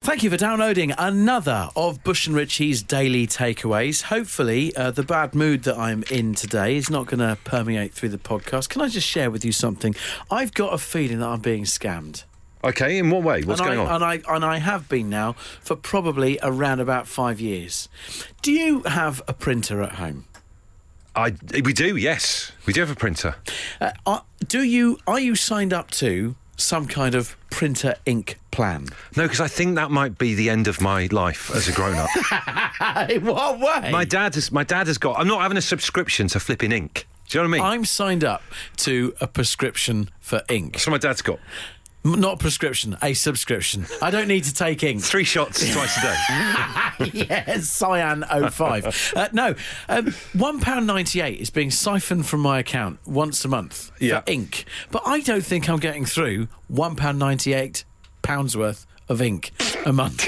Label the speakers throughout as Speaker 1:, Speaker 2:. Speaker 1: Thank you for downloading another of Bush and Ritchie's daily takeaways. Hopefully, uh, the bad mood that I'm in today is not going to permeate through the podcast. Can I just share with you something? I've got a feeling that I'm being scammed.
Speaker 2: Okay, in what way? What's
Speaker 1: and
Speaker 2: going
Speaker 1: I,
Speaker 2: on?
Speaker 1: And I and I have been now for probably around about five years. Do you have a printer at home?
Speaker 2: I, we do, yes. We do have a printer.
Speaker 1: Uh, are, do you are you signed up to some kind of printer ink plan?
Speaker 2: No, because I think that might be the end of my life as a grown up.
Speaker 1: In what way?
Speaker 2: my dad has my dad has got I'm not having a subscription to flipping ink. Do you know what I mean?
Speaker 1: I'm signed up to a prescription for ink.
Speaker 2: That's what my dad's got.
Speaker 1: M- Not prescription, a subscription. I don't need to take ink.
Speaker 2: Three shots twice a day.
Speaker 1: yes, Cyan 05. Uh, no, um, £1.98 is being siphoned from my account once a month
Speaker 2: Yeah.
Speaker 1: for ink. But I don't think I'm getting through £1.98 pounds worth of ink a month.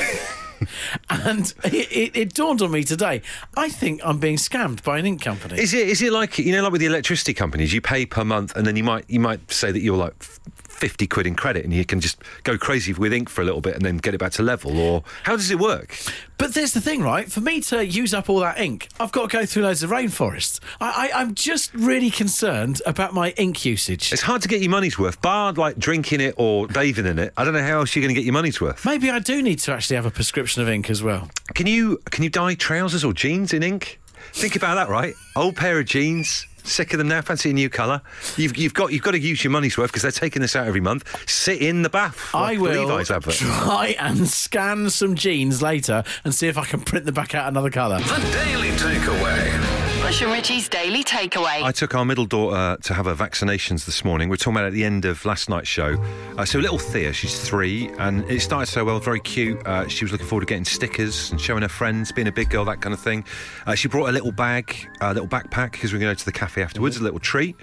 Speaker 1: and it, it, it dawned on me today. I think I'm being scammed by an ink company.
Speaker 2: Is it is it like you know like with the electricity companies? You pay per month, and then you might you might say that you're like. f- 50 quid in credit and you can just go crazy with ink for a little bit and then get it back to level or how does it work
Speaker 1: But there's the thing, right? For me to use up all that ink, I've got to go through loads of rainforests. I, I, I'm just really concerned about my ink usage.
Speaker 2: it's hard to get your money's worth bar like drinking it or bathing in it i don't know how else you're going to get your money's worth
Speaker 1: Maybe I do need to actually have a prescription of ink as well.
Speaker 2: can you can you dye trousers or jeans in ink think about that right old pair of jeans sick of them now fancy a new color you've, you've got you've got to use your money's worth because they're taking this out every month sit in the bath like
Speaker 1: I
Speaker 2: the
Speaker 1: will
Speaker 2: Levi's advert.
Speaker 1: try and scan some jeans later and see if I can print them back out another colour.
Speaker 3: The Daily Takeaway.
Speaker 4: Bush and Richie's Daily Takeaway.
Speaker 2: I took our middle daughter to have her vaccinations this morning. We were talking about it at the end of last night's show. Uh, so little Thea, she's three, and it started so well, very cute. Uh, she was looking forward to getting stickers and showing her friends, being a big girl, that kind of thing. Uh, she brought a little bag, a little backpack, because we are going to go to the cafe afterwards, a little treat.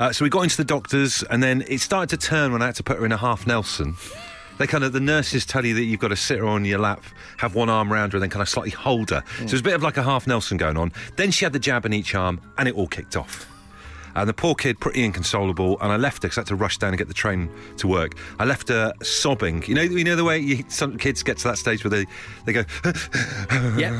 Speaker 2: Uh, so we got into the doctor's, and then it started to turn when I had to put her in a half Nelson. They kind of the nurses tell you that you've got to sit her on your lap, have one arm round her, and then kind of slightly hold her. So it was a bit of like a half Nelson going on. Then she had the jab in each arm, and it all kicked off. And the poor kid, pretty inconsolable. And I left her because I had to rush down and get the train to work. I left her sobbing. You know, you know the way you, some kids get to that stage where they they go
Speaker 1: yep,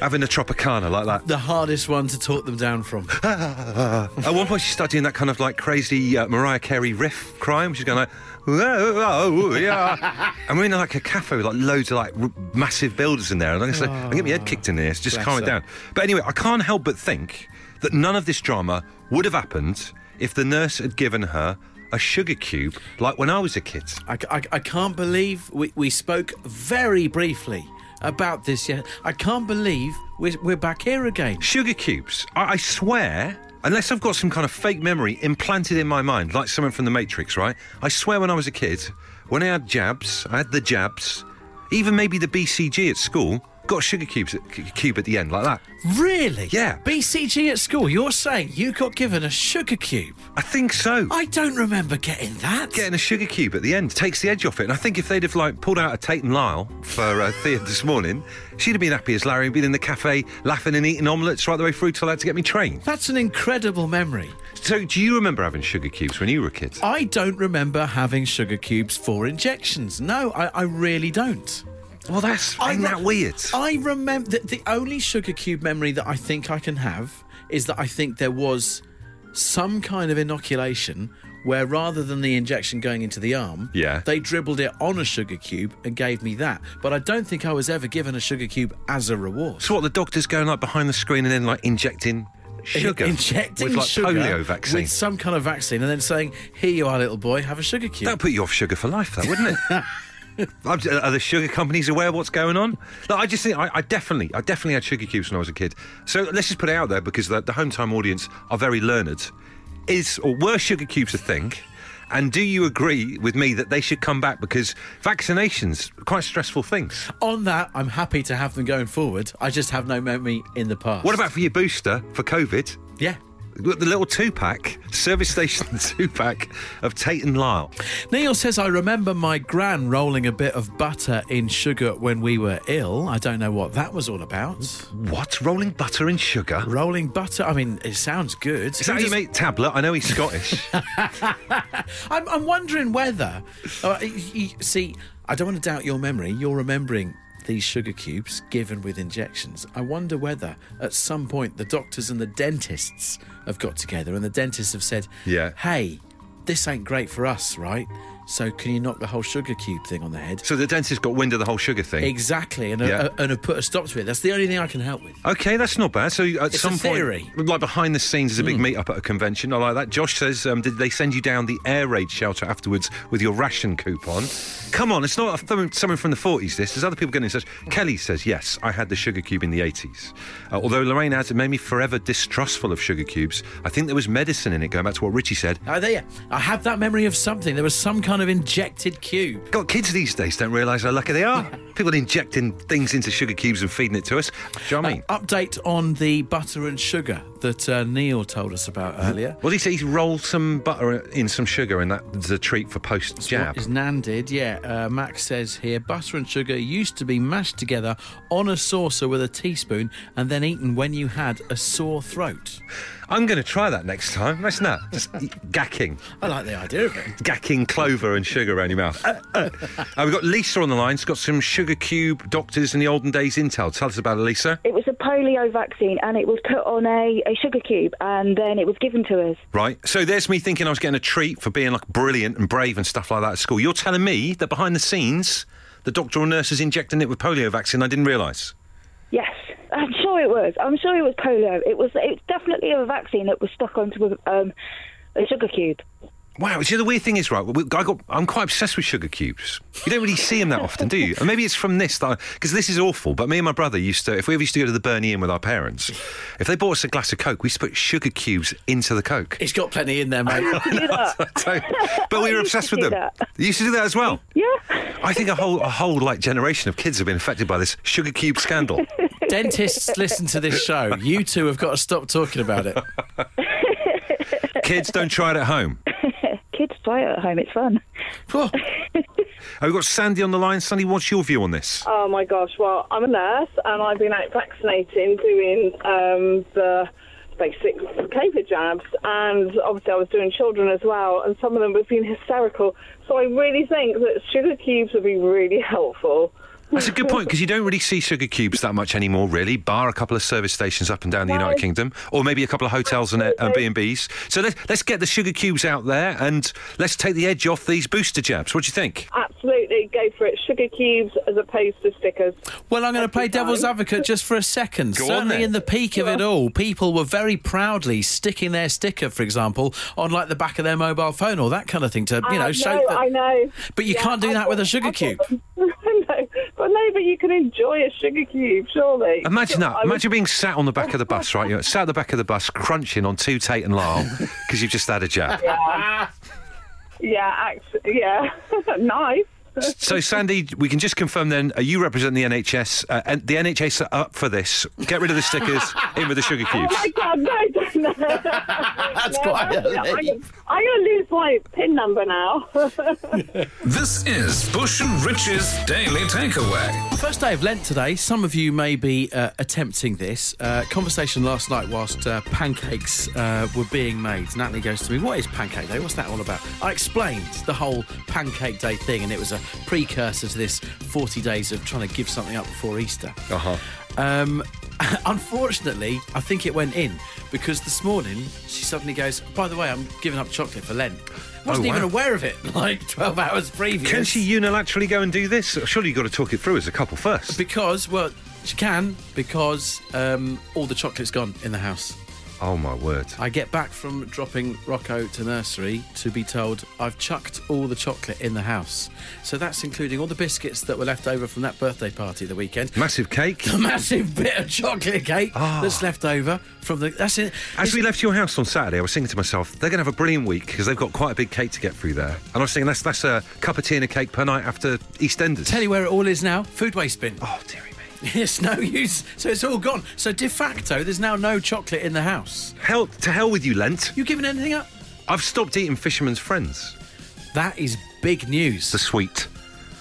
Speaker 2: having a tropicana like that.
Speaker 1: the hardest one to talk them down from.
Speaker 2: At one point, she started doing that kind of like crazy uh, Mariah Carey riff crime. She's going like, whoa, whoa, whoa, yeah. and we're in like a cafe with like loads of like r- massive builders in there. And I'm going to say, I'm getting my head kicked in here. So just
Speaker 1: Bless
Speaker 2: calm it
Speaker 1: her.
Speaker 2: down. But anyway, I can't help but think that none of this drama would have happened if the nurse had given her a sugar cube like when I was a kid.
Speaker 1: I, c- I c- I can't believe we, we spoke very briefly about this yet. I can't believe we're, we're back here again.
Speaker 2: Sugar cubes. I, I swear, unless I've got some kind of fake memory implanted in my mind, like someone from the Matrix, right? I swear when I was a kid, when I had jabs, I had the jabs, even maybe the BCG at school, got a sugar cubes at, c- cube at the end, like that.
Speaker 1: Really?
Speaker 2: Yeah.
Speaker 1: BCG at school, you're saying you got given a sugar cube.
Speaker 2: I think so.
Speaker 1: I don't remember getting that.
Speaker 2: Getting a sugar cube at the end takes the edge off it. And I think if they'd have like pulled out a Tate and Lyle for uh, Thea this morning, she'd have been happy as Larry and been in the cafe laughing and eating omelettes right the way through till I had to get me trained.
Speaker 1: That's an incredible memory.
Speaker 2: So, do you remember having sugar cubes when you were a kid?
Speaker 1: I don't remember having sugar cubes for injections. No, I, I really don't.
Speaker 2: Well, that's
Speaker 1: I
Speaker 2: ain't
Speaker 1: re-
Speaker 2: that weird?
Speaker 1: I remember that the only sugar cube memory that I think I can have is that I think there was some kind of inoculation where rather than the injection going into the arm,
Speaker 2: Yeah.
Speaker 1: they dribbled it on a sugar cube and gave me that. But I don't think I was ever given a sugar cube as a reward.
Speaker 2: So what the doctor's going like behind the screen and then like injecting sugar,
Speaker 1: Injecting
Speaker 2: with like
Speaker 1: sugar
Speaker 2: polio vaccine.
Speaker 1: with some kind of vaccine, and then saying, "Here you are, little boy, have a sugar cube."
Speaker 2: That'd put you off sugar for life, though, wouldn't it? I'm j- Are the sugar companies aware of what's going on? No, I just think I, I definitely, I definitely had sugar cubes when I was a kid. So let's just put it out there because the, the home time audience are very learned. Is or were sugar cubes a thing? And do you agree with me that they should come back because vaccinations are quite stressful things?
Speaker 1: On that, I'm happy to have them going forward. I just have no memory in the past.
Speaker 2: What about for your booster for COVID?
Speaker 1: Yeah.
Speaker 2: Look, the little two pack, service station two pack of Tate and Lyle.
Speaker 1: Neil says, I remember my gran rolling a bit of butter in sugar when we were ill. I don't know what that was all about.
Speaker 2: What? Rolling butter and sugar?
Speaker 1: Rolling butter? I mean, it sounds good.
Speaker 2: Is that how you make tablet? I know he's Scottish.
Speaker 1: I'm, I'm wondering whether. Uh, y- y- see, I don't want to doubt your memory. You're remembering these sugar cubes given with injections. I wonder whether at some point the doctors and the dentists have got together and the dentists have said,
Speaker 2: Yeah.
Speaker 1: hey, this ain't great for us, right? So can you knock the whole sugar cube thing on the head?
Speaker 2: So the dentist got wind of the whole sugar thing.
Speaker 1: Exactly, and,
Speaker 2: Yeah.
Speaker 1: uh, and have put a stop to it. That's the only thing I can help with.
Speaker 2: Okay, that's not bad. So at
Speaker 1: It's
Speaker 2: some
Speaker 1: a theory. Hmm.
Speaker 2: point, like behind the scenes, there's a big meet-up at a convention. I like that. Josh says, um, did they send you down the air raid shelter afterwards with your ration coupon? Come on, it's not a- someone from the 40s. This there's other people getting in touch. Kelly says, yes, I had the sugar cube in the 80s. Uh, although Lorraine adds, it made me forever distrustful of sugar cubes. I think there was medicine in it. Going back to what Richie said.
Speaker 1: Oh, there, I have that memory of something. There was some kind of injected cube.
Speaker 2: God, kids these days don't realise how lucky they are. People injecting things into sugar cubes and feeding it to us. Do you know what I mean?
Speaker 1: Uh, update on the butter and sugar that uh, Neil told us about earlier.
Speaker 2: Well, he said he's rolled some butter in some sugar, and that's a treat for post jab.
Speaker 1: What Is Nan did, yeah. Uh, Max says here butter and sugar used to be mashed together on a saucer with a teaspoon and then eaten when you had a sore throat.
Speaker 2: I'm going to try that next time. Imagine that. Just eat- gacking.
Speaker 1: I like the idea of it.
Speaker 2: Gacking clover and sugar around your mouth. Uh, uh. Uh, we've got Lisa on the line. She's got some sugar cube doctors in the olden days intel. Tell us about it, Lisa.
Speaker 5: It was a polio vaccine, and it was put on a, a sugar cube, and then it was given to us.
Speaker 2: Right. So there's me thinking I was getting a treat for being like brilliant and brave and stuff like that at school. You're telling me that behind the scenes, the doctor or nurse is injecting it with polio vaccine. I didn't realise.
Speaker 5: Yes, I'm sure it was. I'm sure it was polio. It was. It's definitely a vaccine that was stuck onto a, um, a sugar cube.
Speaker 2: Wow, see, the weird thing is, right? we- I got, I'm quite obsessed with sugar cubes. You don't really see them that often, do you? And maybe it's from this, because this is awful. But me and my brother used to, if we ever used to go to the Bernie Inn with our parents, if they bought us a glass of Coke, we used to put sugar cubes into the Coke.
Speaker 1: It's got plenty in there, mate.
Speaker 5: Do that.
Speaker 2: So- but we
Speaker 5: I
Speaker 2: were
Speaker 5: used to
Speaker 2: obsessed with
Speaker 5: do
Speaker 2: them.
Speaker 5: that.
Speaker 2: You used to do that as well.
Speaker 5: yeah.
Speaker 2: I think a whole, a whole like generation of kids have been affected by this sugar cube scandal.
Speaker 1: Dentists listen to this show. You two have got to stop talking about it.
Speaker 2: kids, don't try it at home.
Speaker 5: Kids play it at home. It's fun.
Speaker 1: Oh,
Speaker 2: Oh, we've got Sandy on the line. Sandy, what's your view on this?
Speaker 6: Oh my gosh! Well, I'm a nurse and I've been out vaccinating, doing um, the basic COVID jabs, and obviously I was doing children as well, and some of them have been hysterical. So I really think that sugar cubes would be really helpful.
Speaker 2: That's a good point because you don't really see sugar cubes that much anymore, really, bar a couple of service stations up and down the United Kingdom, or maybe a couple of hotels and and B and B's. So let's let's get the sugar cubes out there and let's take the edge off these booster jabs. What do you think?
Speaker 6: Absolutely, go for it. Sugar cubes as opposed to stickers.
Speaker 1: Well, I'm going to play
Speaker 6: Every time.
Speaker 1: devil's advocate just for a second.
Speaker 2: Go on
Speaker 1: Certainly,
Speaker 2: then.
Speaker 1: in the peak of it all, people were very proudly sticking their sticker, for example, on like the back of their mobile phone or that kind of thing to, you know,
Speaker 6: I
Speaker 1: show.
Speaker 6: know,
Speaker 1: that-
Speaker 6: Uh, I know.
Speaker 1: But you
Speaker 6: Yeah,
Speaker 1: can't do
Speaker 6: I
Speaker 1: that with a
Speaker 6: thought-
Speaker 1: sugar
Speaker 6: I
Speaker 1: cube.
Speaker 6: thought- no, but no, but you can enjoy a sugar cube, surely.
Speaker 2: Imagine that.
Speaker 6: I would-
Speaker 2: Imagine being sat on the back of the bus, right? You're sat at the back of the bus crunching on two Tate and Lyle because you've just had a jab.
Speaker 6: Yeah, act- yeah, nice.
Speaker 2: So, Sandy, we can just confirm then uh, you represent the NHS, uh, and the NHS are up for this. Get rid of the stickers, in with the sugar
Speaker 6: Oh
Speaker 2: cubes.
Speaker 6: my God, no, don't- no.
Speaker 1: That's
Speaker 6: No,
Speaker 1: quite a
Speaker 6: I'm gonna- I'm
Speaker 1: leap.
Speaker 6: gonna- I'm going to lose my PIN number now.
Speaker 3: This is Bush and Rich's Daily Takeaway.
Speaker 1: First day of Lent today. Some of you may be uh, attempting this. Uh, conversation last night whilst uh, pancakes uh, were being made. Natalie goes to me, What is Pancake Day? What's that all about? I explained the whole Pancake Day thing, and it was a precursor to this 40 days of trying to give something up before Easter.
Speaker 2: Uh huh.
Speaker 1: Um, unfortunately, I think it went in because this morning she suddenly goes, By the way, I'm giving up chocolate for Lent. Wasn't
Speaker 2: Oh, wow.
Speaker 1: even aware of it like 12 hours previous.
Speaker 2: Can she unilaterally go and do this? Surely you've got to talk it through as a couple first.
Speaker 1: Because, well, she can, because um, all the chocolate's gone in the house.
Speaker 2: Oh my word.
Speaker 1: I get back from dropping Rocco to nursery to be told I've chucked all the chocolate in the house. So that's including all the biscuits that were left over from that birthday party the weekend.
Speaker 2: Massive cake.
Speaker 1: The massive bit of chocolate cake that's left over from the. That's it.
Speaker 2: As we left your house on Saturday, I was thinking to myself, they're going to have a brilliant week because they've got quite a big cake to get through there. And I was thinking, that's, that's a cup of tea and a cake per night after EastEnders.
Speaker 1: Tell you where it all is now food waste bin.
Speaker 2: Oh, dearie me.
Speaker 1: It's no use. So it's all gone. So de facto, there's now no chocolate in the house.
Speaker 2: Hell, to hell with you, Lent.
Speaker 1: You giving anything up?
Speaker 2: I've stopped eating Fisherman's Friends.
Speaker 1: That is big news.
Speaker 2: The sweet.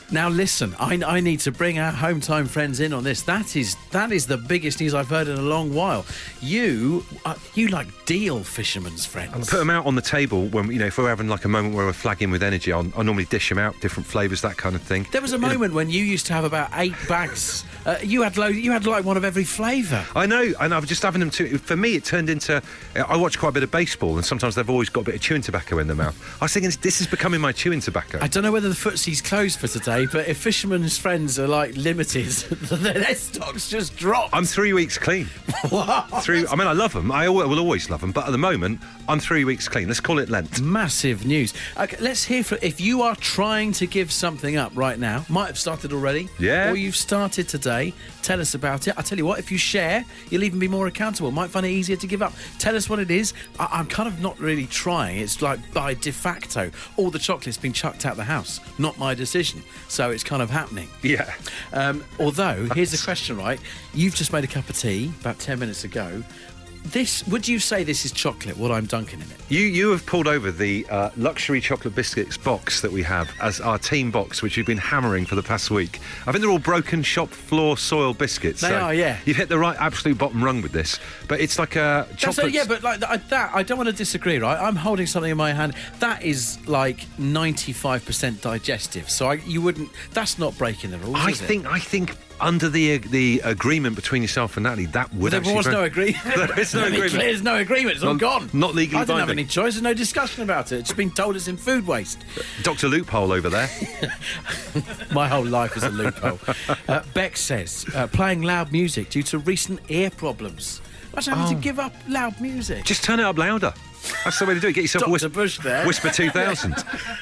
Speaker 1: Now listen, I, I need to bring our home time friends in on this. That is that is the biggest news I've heard in a long while. You uh, you like deal fisherman's
Speaker 2: I
Speaker 1: friends.
Speaker 2: put them out on the table when you know if we're having like a moment where we're flagging with energy. I'll, I normally dish them out, different flavours, that kind of thing.
Speaker 1: There was a moment when you used to have about eight bags. Uh, you had lo- you had like one of every flavour.
Speaker 2: I know, and I've just having them too. For me, it turned into I watch quite a bit of baseball, and sometimes they've always got a bit of chewing tobacco in their mouth. I was thinking this is becoming my chewing tobacco.
Speaker 1: I don't know whether the footsie's closed for today, but if fisherman's friends are like limited, their stocks just drop.
Speaker 2: I'm three weeks clean. Three. I mean, I love them. I al- will always love them, but at the moment, I'm three weeks clean. Let's call it Lent.
Speaker 1: Mm. Massive news. Okay, let's hear from if you are trying to give something up right now, might have started already.
Speaker 2: Yeah.
Speaker 1: Or you've started today. Tell us about it. I tell you what, if you share, you'll even be more accountable. Might find it easier to give up. Tell us what it is. I- I'm kind of not really trying. It's like by de facto. All the chocolate's been chucked out the house. Not my decision. So it's kind of happening.
Speaker 2: Yeah.
Speaker 1: Um, although, here's the question, right? You've just made a cup of tea about 10 minutes ago. This, would you say this is chocolate, what I'm dunking in it?
Speaker 2: You you have pulled over the uh, luxury chocolate biscuits box that we have as our team box, which we've been hammering for the past week. I think they're all broken shop floor soil biscuits.
Speaker 1: They are, yeah.
Speaker 2: You've hit the right absolute bottom rung with this, but it's like a
Speaker 1: That's-
Speaker 2: chocolate.
Speaker 1: yeah, but like th- that, I don't want to disagree, right? I'm holding something in my hand that is like 95% digestive, so I, you wouldn't. That's not breaking the rules.
Speaker 2: I
Speaker 1: is it?
Speaker 2: think I think under the the agreement between yourself and Natalie, that would
Speaker 1: there
Speaker 2: actually
Speaker 1: was
Speaker 2: break-
Speaker 1: no agreement.
Speaker 2: There is no
Speaker 1: Let me
Speaker 2: agreement.
Speaker 1: clear, There's no agreement. It's all
Speaker 2: Not-
Speaker 1: gone.
Speaker 2: not legally
Speaker 1: I didn't have
Speaker 2: binding.
Speaker 1: any choice. There's no discussion about it. It's been told it's in food waste.
Speaker 2: Doctor Loophole over there.
Speaker 1: My whole life is a loophole. uh, Beck says uh, playing loud music due to recent ear problems. Imagine having
Speaker 2: Oh.
Speaker 1: to give up loud music.
Speaker 2: Just turn it up louder. That's the way to do it. Get yourself a
Speaker 1: Dr.
Speaker 2: whisper.
Speaker 1: Bush there.
Speaker 2: Whisper 2000.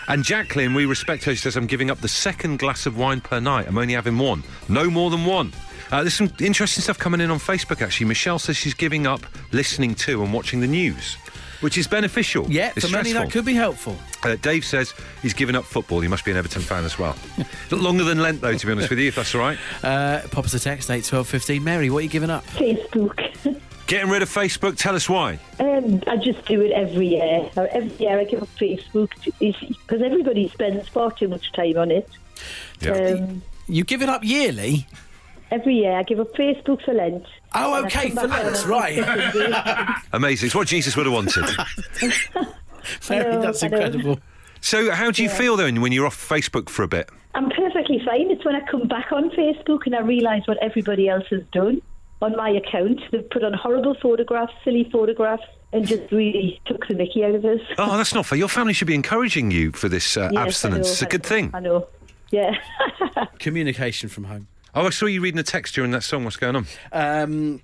Speaker 2: and Jacqueline, we respect her. She says, I'm giving up the second glass of wine per night. I'm only having one. No more than one. Uh, there's some interesting stuff coming in on Facebook, actually. Michelle says she's giving up listening to and watching the news, which is beneficial.
Speaker 1: yeah,
Speaker 2: it's
Speaker 1: for many that
Speaker 2: stressful.
Speaker 1: could be helpful.
Speaker 2: Uh, Dave says he's given up football. He must be an Everton fan as well. Longer than Lent, though, to be honest with you, if that's all right.
Speaker 1: Uh, pop us a text eight twelve fifteen. Mary, what are you giving up?
Speaker 7: Facebook.
Speaker 2: Getting rid of Facebook, tell us why.
Speaker 7: Um, I just do it every year. Uh, Every year I give up Facebook because everybody spends far too much time on it. Um,
Speaker 1: You give it up yearly?
Speaker 7: every year I give up Facebook for Lent.
Speaker 1: Oh,
Speaker 7: And I
Speaker 1: okay,
Speaker 7: come back
Speaker 1: for
Speaker 7: on
Speaker 1: Lent,
Speaker 7: on
Speaker 1: right.
Speaker 7: Christmas Eve.
Speaker 2: Amazing. It's what Jesus would have wanted.
Speaker 1: Mary,
Speaker 7: know,
Speaker 1: that's
Speaker 7: I know.
Speaker 1: incredible.
Speaker 2: so, how do you feel then when you're off Facebook for a bit?
Speaker 7: I'm perfectly fine. It's when I come back on Facebook and I realise what everybody else has done on my account. They've put on horrible photographs, silly photographs, and just really took the mickey out of us.
Speaker 2: Oh, that's not fair. Your family should be encouraging you for this uh,
Speaker 7: Yes, I
Speaker 2: abstinence.
Speaker 7: know,
Speaker 2: It's a
Speaker 7: I
Speaker 2: good
Speaker 7: know,
Speaker 2: thing.
Speaker 7: I know. Yeah.
Speaker 1: Communication from home.
Speaker 2: Oh, I saw you reading a text during that song. What's going on?
Speaker 1: Um,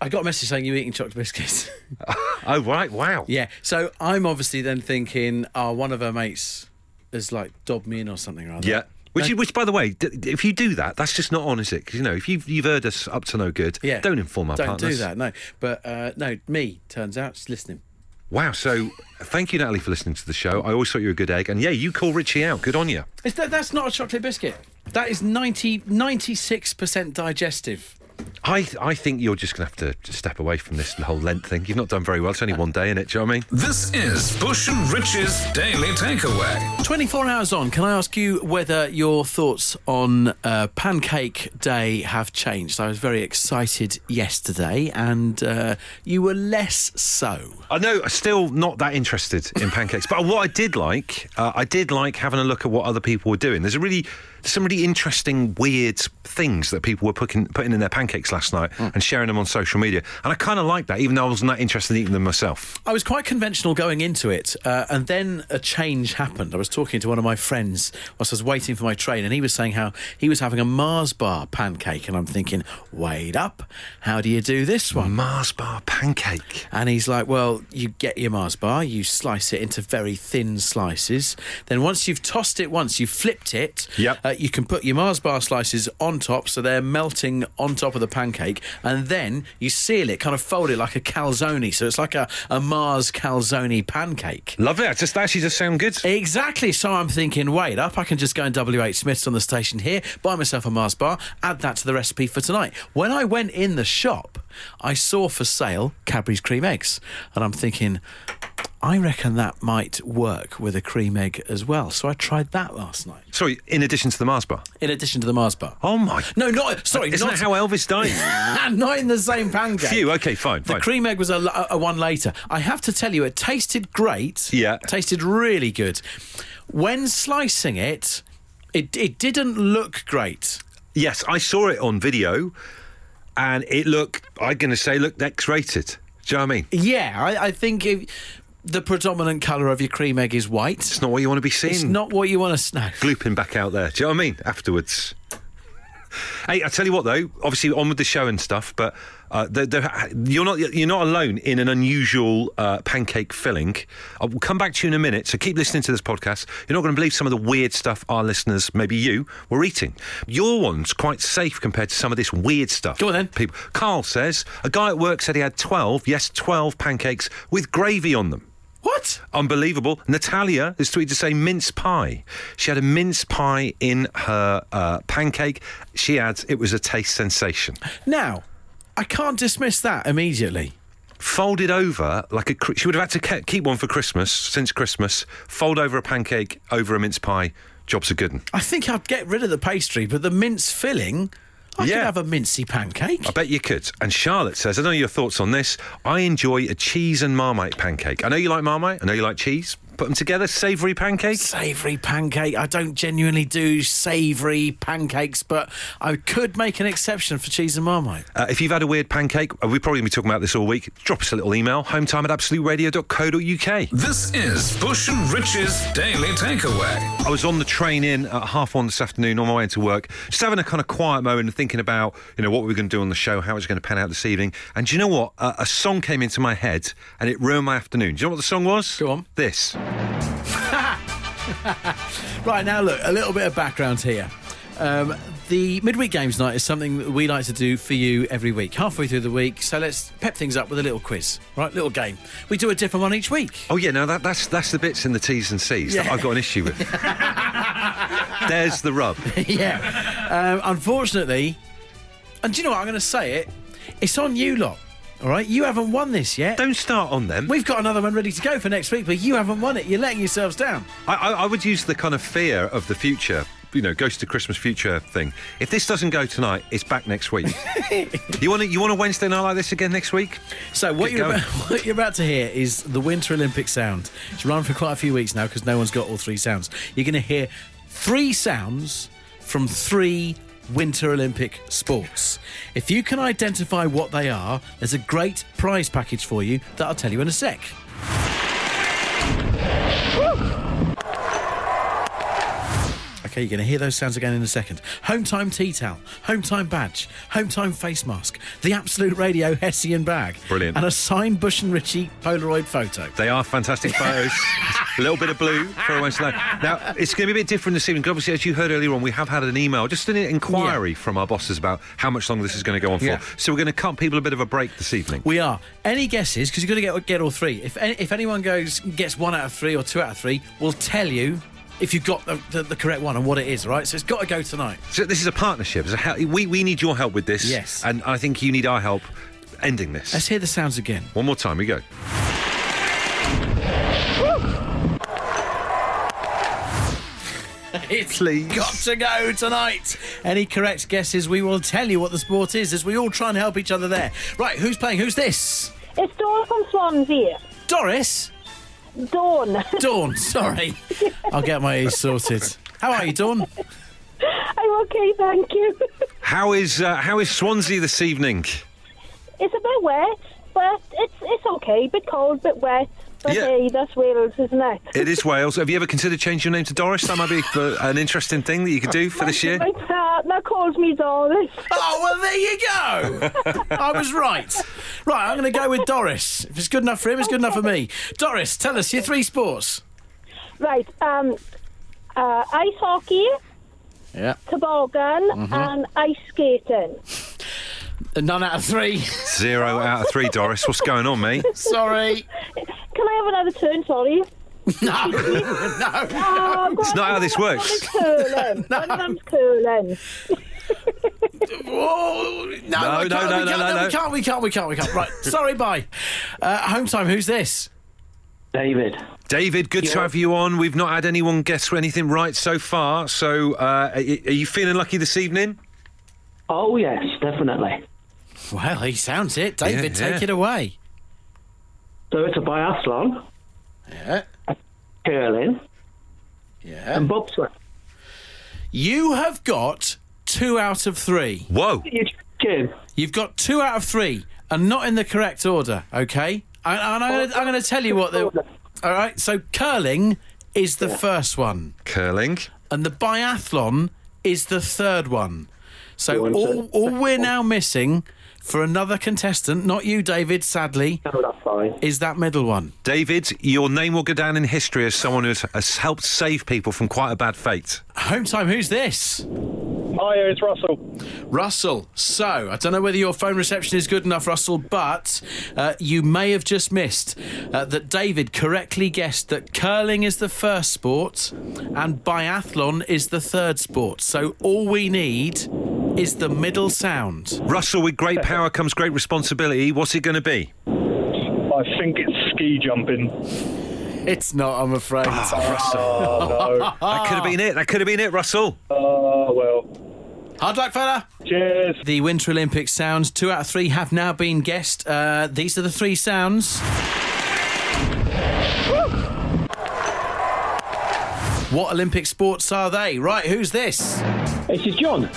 Speaker 1: I got a message saying you're eating chocolate biscuits.
Speaker 2: Oh, right. Wow.
Speaker 1: yeah, so I'm obviously then thinking, oh, one of her mates has like dobbed me in or something rather.
Speaker 2: Yeah. Which,
Speaker 1: Uh,
Speaker 2: which, by the way, d- d- if you do that, that's just not on, is it? 'Cause, you know, if you've, you've heard us up to no good,
Speaker 1: Yeah.
Speaker 2: don't inform our
Speaker 1: Don't
Speaker 2: partners.
Speaker 1: do that, no. But uh, no, me, turns out, it's listening.
Speaker 2: Wow. So, thank you, Natalie, for listening to the show. I always thought you were a good egg. And yeah, you call Richie out. Good on you.
Speaker 1: Is that, that's not a chocolate biscuit. That is 90, 96% digestive.
Speaker 2: I, I think you're just going to have to step away from this whole Lent thing. You've not done very well. It's only one day, innit? Do you know what I mean?
Speaker 3: This is Bush and Rich's Daily Takeaway.
Speaker 1: 24 hours on, can I ask you whether your thoughts on uh, Pancake Day have changed? I was very excited yesterday, and uh, you were less so.
Speaker 2: I know, still not that interested in pancakes. but what I did like, uh, I did like having a look at what other people were doing. There's a really, some really interesting, weird things that people were putting putting in their pancakes last night and sharing them on social media. And I kind of like that, even though I wasn't that interested in eating them myself.
Speaker 1: I was quite conventional going into it, uh, and then a change happened. I was talking to one of my friends whilst I was waiting for my train, and he was saying how he was having a Mars bar pancake, and I'm thinking, wait up, how do you do this one?
Speaker 2: Mars bar pancake.
Speaker 1: And he's like, Well, you get your Mars bar, you slice it into very thin slices. Then, once you've tossed it once, you've flipped it,
Speaker 2: Yep.
Speaker 1: uh, you can put your Mars bar slices on top so they're melting on top of the pancake. And then you seal it, kind of fold it like a calzone. So it's like a, a Mars calzone pancake.
Speaker 2: Lovely. That just that actually just sound good.
Speaker 1: Exactly. So I'm thinking, wait up, I can just go and WH Smith's on the station here, buy myself a Mars bar, add that to the recipe for tonight. When I went in the shop, I saw for sale Cadbury's cream eggs. And I'm thinking, I reckon that might work with a cream egg as well. So I tried that last night.
Speaker 2: Sorry, in addition to the Mars bar.
Speaker 1: In addition to the Mars bar.
Speaker 2: Oh my.
Speaker 1: No, not sorry.
Speaker 2: Isn't
Speaker 1: not
Speaker 2: that how Elvis died?
Speaker 1: not in the same pancake.
Speaker 2: Phew, okay, fine,
Speaker 1: The
Speaker 2: fine.
Speaker 1: cream egg was a, a- a one later. I have to tell you, it tasted great.
Speaker 2: Yeah.
Speaker 1: Tasted really good. When slicing it, it, it didn't look great.
Speaker 2: yes, I saw it on video, and it looked. I'm going to say looked X-rated. Do you know what I mean?
Speaker 1: Yeah, I, I think if the predominant colour of your cream egg is white.
Speaker 2: It's not what you want to be seeing.
Speaker 1: It's not what you want to snack.
Speaker 2: glooping back out there. Do you know what I mean? Afterwards. Hey, I tell you what though. Obviously, on with the show and stuff, but uh, there, there, you're not you're not alone in an unusual uh, pancake filling. I will come back to you in a minute, so keep listening to this podcast. You're not going to believe some of the weird stuff our listeners, maybe you, were eating. Your one's quite safe compared to some of this weird stuff.
Speaker 1: Go on then.
Speaker 2: people. Carl says a guy at work said he had twelve, yes, twelve pancakes with gravy on them.
Speaker 1: What?
Speaker 2: Unbelievable. Natalia is tweeted to say mince pie. She had a mince pie in her uh, pancake. She adds it was a taste sensation.
Speaker 1: Now, I can't dismiss that immediately.
Speaker 2: Folded over like a. cr- She would have had to ke- keep one for Christmas, since Christmas. Fold over a pancake over a mince pie. Jobs are good. 'un.
Speaker 1: I think I'd get rid of the pastry, but the mince filling, I
Speaker 2: Yeah.
Speaker 1: could have a mincey pancake.
Speaker 2: I bet you could. And Charlotte says, I don't know your thoughts on this. I enjoy a cheese and marmite pancake. I know you like marmite. I know you like cheese. Put them together, savoury pancake.
Speaker 1: Savoury pancake. I don't genuinely do savoury pancakes, but I could make an exception for cheese and marmite.
Speaker 2: Uh, if you've had a weird pancake, uh, we're probably going to be talking about this all week. Drop us a little email, hometime at absoluteradio.co.uk.
Speaker 3: This is Bush and Rich's Daily Takeaway.
Speaker 2: I was on the train in at half one this afternoon on my way into work, just having a kind of quiet moment and thinking about, you know, what we're going to do on the show, how it's going to pan out this evening. And do you know what? Uh, a song came into my head and it ruined my afternoon. Do you know what the song was?
Speaker 1: Go on.
Speaker 2: This.
Speaker 1: Right, now look, a little bit of background here. Um, the midweek games night is something that we like to do for you every week, halfway through the week. So let's pep things up with a little quiz, right? Little game. We do a different one each week.
Speaker 2: Oh yeah, no, that, that's that's the bits in the T's and C's that
Speaker 1: Yeah.
Speaker 2: I've got an issue with. There's the rub.
Speaker 1: yeah. Um, unfortunately, and do you know what? I'm going to say it. It's on you lot, all right? You haven't won this yet.
Speaker 2: Don't start on them.
Speaker 1: We've got another one ready to go for next week, but you haven't won it. You're letting yourselves down.
Speaker 2: I, I, I would use the kind of fear of the future, you know, goes to Christmas future thing. If this doesn't go tonight, it's back next week. you want to, you want a Wednesday night like this again next week?
Speaker 1: So what
Speaker 2: Get
Speaker 1: you're,
Speaker 2: going.
Speaker 1: about, what you're about to hear is the Winter Olympic sound. It's run for quite a few weeks now because no one's got all three sounds. You're going to hear three sounds from three Winter Olympic sports. If you can identify what they are, there's a great prize package for you that I'll tell you in a sec. Okay, you're going to hear those sounds again in a second. Home time tea towel, home time badge, home time face mask, the Absolute Radio Hessian bag,
Speaker 2: Brilliant.
Speaker 1: and a signed Bush and Ritchie Polaroid photo.
Speaker 2: They are fantastic photos. a little bit of blue for a Wednesday night. Now, it's going to be a bit different this evening 'cause obviously, as you heard earlier on, we have had an email, just an inquiry from our bosses about how much longer this is going to go on
Speaker 1: Yeah.
Speaker 2: for. So we're going to cut people a bit of a break this evening.
Speaker 1: We are. Any guesses? Because you've got to get get all three. If any, if anyone goes gets one out of three or two out of three, we'll tell you if you've got the, the, the correct one and what it is. all Right. So it's got to go tonight.
Speaker 2: So this is a partnership. It's a hel- we, we need your help with this.
Speaker 1: Yes.
Speaker 2: And I think you need our help ending this.
Speaker 1: Let's hear the sounds again.
Speaker 2: One more time, we go.
Speaker 1: It's
Speaker 2: Please.
Speaker 1: got to go tonight. Any correct guesses? We will tell you what the sport is as we all try and help each other there. Right. Who's playing? Who's this?
Speaker 5: It's Dawn from Swansea.
Speaker 1: Doris.
Speaker 5: Dawn.
Speaker 1: Dawn. Sorry. I'll get my ears sorted. How are you, Dawn?
Speaker 5: I'm Oh, okay, thank you.
Speaker 2: How is uh, how is Swansea this evening?
Speaker 5: It's a bit wet, but it's it's okay. Bit cold, bit wet. But
Speaker 2: Yeah.
Speaker 5: hey, that's Wales, isn't it?
Speaker 2: It is Wales. Have you ever considered changing your name to Doris? That might be uh, an interesting thing that you could do for this year.
Speaker 5: My partner calls me Doris.
Speaker 1: Oh, well, there you go. I was right. Right, I'm going to go with Doris. If it's good enough for him, it's good enough for me. Doris, tell us your three sports.
Speaker 5: Right, um, uh, ice hockey,
Speaker 1: Yeah.
Speaker 5: toboggan,
Speaker 6: Mm-hmm.
Speaker 5: and ice skating.
Speaker 1: None out of three.
Speaker 2: Zero out of three, Doris. What's going on, mate?
Speaker 1: Sorry.
Speaker 5: Can I have another turn, sorry?
Speaker 1: No. no.
Speaker 5: Oh, it's
Speaker 2: not how this works.
Speaker 5: Curling. One of them's curling.
Speaker 1: Whoa. No,
Speaker 2: No,
Speaker 1: we
Speaker 2: no,
Speaker 1: can't,
Speaker 2: no,
Speaker 1: we
Speaker 2: no,
Speaker 1: can't,
Speaker 2: no,
Speaker 1: we
Speaker 2: no.
Speaker 1: can't, we can't, we can't. Right, sorry, bye. Uh, home time, who's this?
Speaker 8: David.
Speaker 2: David, good to have you on. We've not had anyone guess anything right so far. So, uh, are y- are you feeling lucky this evening?
Speaker 8: Oh, yes, definitely.
Speaker 1: Well, he sounds it. David,
Speaker 2: Yeah, yeah.
Speaker 1: take it away.
Speaker 8: So it's a biathlon,
Speaker 1: Yeah.
Speaker 8: curling,
Speaker 1: Yeah.
Speaker 8: and bobsleigh.
Speaker 1: You have got two out of three.
Speaker 2: Whoa.
Speaker 8: You joking?
Speaker 1: You've got two out of three, and not in the correct order. Okay, and, and I'm going to I'm going to tell you what the. All right, so curling is the first one,
Speaker 2: Curling.
Speaker 1: and the biathlon is the third one. So all, all we're now missing for another contestant, not you, David, sadly,
Speaker 8: No, Oh, that's fine.
Speaker 1: is that middle one.
Speaker 2: David, your name will go down in history as someone who has helped save people from quite a bad fate.
Speaker 1: Home time. Who's this?
Speaker 9: Hi, it's Russell.
Speaker 1: Russell. So, I don't know whether your phone reception is good enough, Russell, but uh, you may have just missed uh, that David correctly guessed that curling is the first sport and biathlon is the third sport. So, all we need is the middle sound.
Speaker 2: Russell, with great power comes great responsibility. What's it going to be?
Speaker 9: I think it's ski jumping.
Speaker 1: It's not, I'm afraid. Ah,
Speaker 9: Oh, no.
Speaker 2: That could have been it. That could have been it, Russell.
Speaker 9: Oh, well.
Speaker 1: Hard luck, fella.
Speaker 9: Cheers.
Speaker 1: The Winter Olympic sounds, two out of three, have now been guessed. Uh, these are the three sounds. What Olympic sports are they? Right, who's this?
Speaker 9: This is John.
Speaker 2: John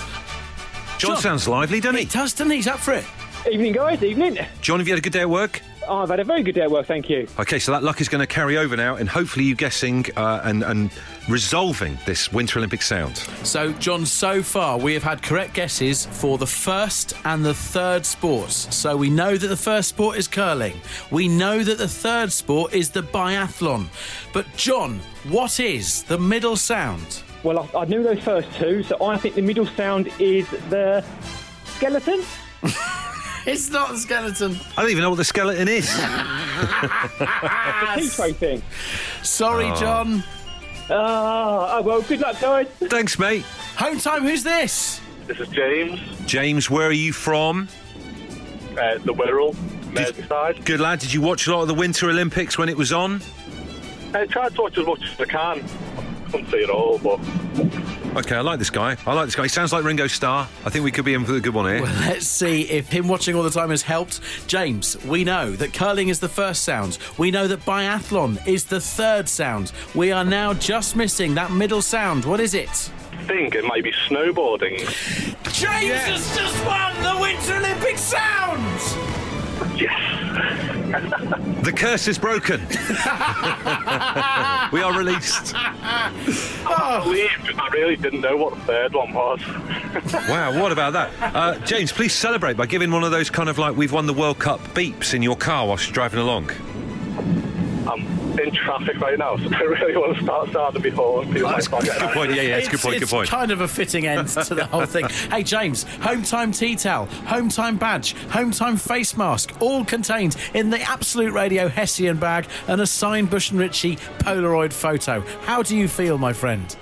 Speaker 1: John.
Speaker 2: sounds lively, doesn't
Speaker 1: He
Speaker 2: he?
Speaker 1: does, doesn't he? He's up for it.
Speaker 9: Evening, guys. Evening.
Speaker 2: John, have you had a good day at work?
Speaker 9: I've had a very good day at work, thank you.
Speaker 2: Okay, so that luck is going to carry over now, and hopefully you guessing uh, and, and resolving this Winter Olympic sound.
Speaker 1: So, John, so far we have had correct guesses for the first and the third sports. So, we know that the first sport is curling. We know that the third sport is the biathlon. But, John, what is the middle sound?
Speaker 9: Well, I, I knew those first two, so I think the middle sound is the skeleton.
Speaker 1: It's not the skeleton.
Speaker 2: I don't even know what the skeleton is.
Speaker 9: The key thing.
Speaker 1: Sorry, John.
Speaker 9: Ah, oh, well, good luck, guys.
Speaker 2: Thanks, mate.
Speaker 1: Home time, who's this?
Speaker 10: This is James
Speaker 2: James, where are you from?
Speaker 10: at the Wirral,
Speaker 2: Did-
Speaker 10: Merseyside.
Speaker 2: Good lad. Did you watch a lot of the Winter Olympics when it was on?
Speaker 10: I try to watch as much as I can. Can't see it all, but
Speaker 2: Okay, I like this guy. I like this guy. He sounds like Ringo Starr. I think we could be in for a good one here.
Speaker 1: Let's see if him watching all the time has helped. James, we know that curling is the first sound. We know that biathlon is the third sound. We are now just missing that middle sound. What is it?
Speaker 10: I think it might be snowboarding.
Speaker 1: James has just won the Winter Olympic sound!
Speaker 2: The curse is broken. we are released.
Speaker 10: Believe- I really didn't know what the third one was.
Speaker 2: Wow, what about that? Uh, James, please celebrate by giving one of those kind of like we've won the World Cup beeps in your car whilst you're driving along.
Speaker 10: I'm in traffic right now, so I really want to start sounding before people
Speaker 2: That's
Speaker 10: might
Speaker 2: good
Speaker 10: forget.
Speaker 2: point. Yeah, yeah, it's a good point. Good
Speaker 1: it's
Speaker 2: point.
Speaker 1: kind of a fitting end to the whole thing. Hey, James, home time tea towel, home time badge, home time face mask, all contained in the Absolute Radio Hessian bag and a signed Bush and Ritchie Polaroid photo. How do you feel, my friend?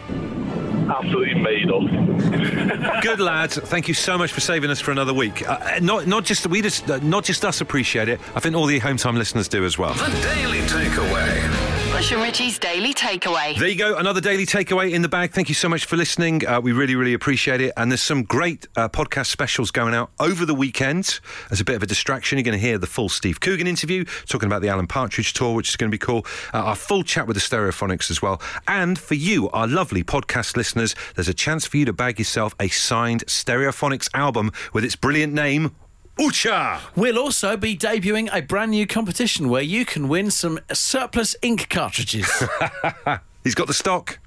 Speaker 10: Absolutely made up.
Speaker 2: Good lad. Thank you so much for saving us for another week. Uh, not not just we just uh, not just us appreciate it. I think all the home time listeners do as well.
Speaker 3: The Daily Takeaway.
Speaker 4: Bush and Richie's Daily Takeaway.
Speaker 2: There you go, another daily takeaway in the bag. Thank you so much for listening. Uh, we really, really appreciate it. And there's some great uh, podcast specials going out over the weekend as a bit of a distraction. You're going to hear the full Steve Coogan interview, talking about the Alan Partridge tour, which is going to be cool. Uh, our full chat with the Stereophonics as well. And for you, our lovely podcast listeners, there's a chance for you to bag yourself a signed Stereophonics album with its brilliant name. Ucha!
Speaker 1: We'll also be debuting a brand new competition where you can win some surplus ink cartridges.
Speaker 2: He's got the stock.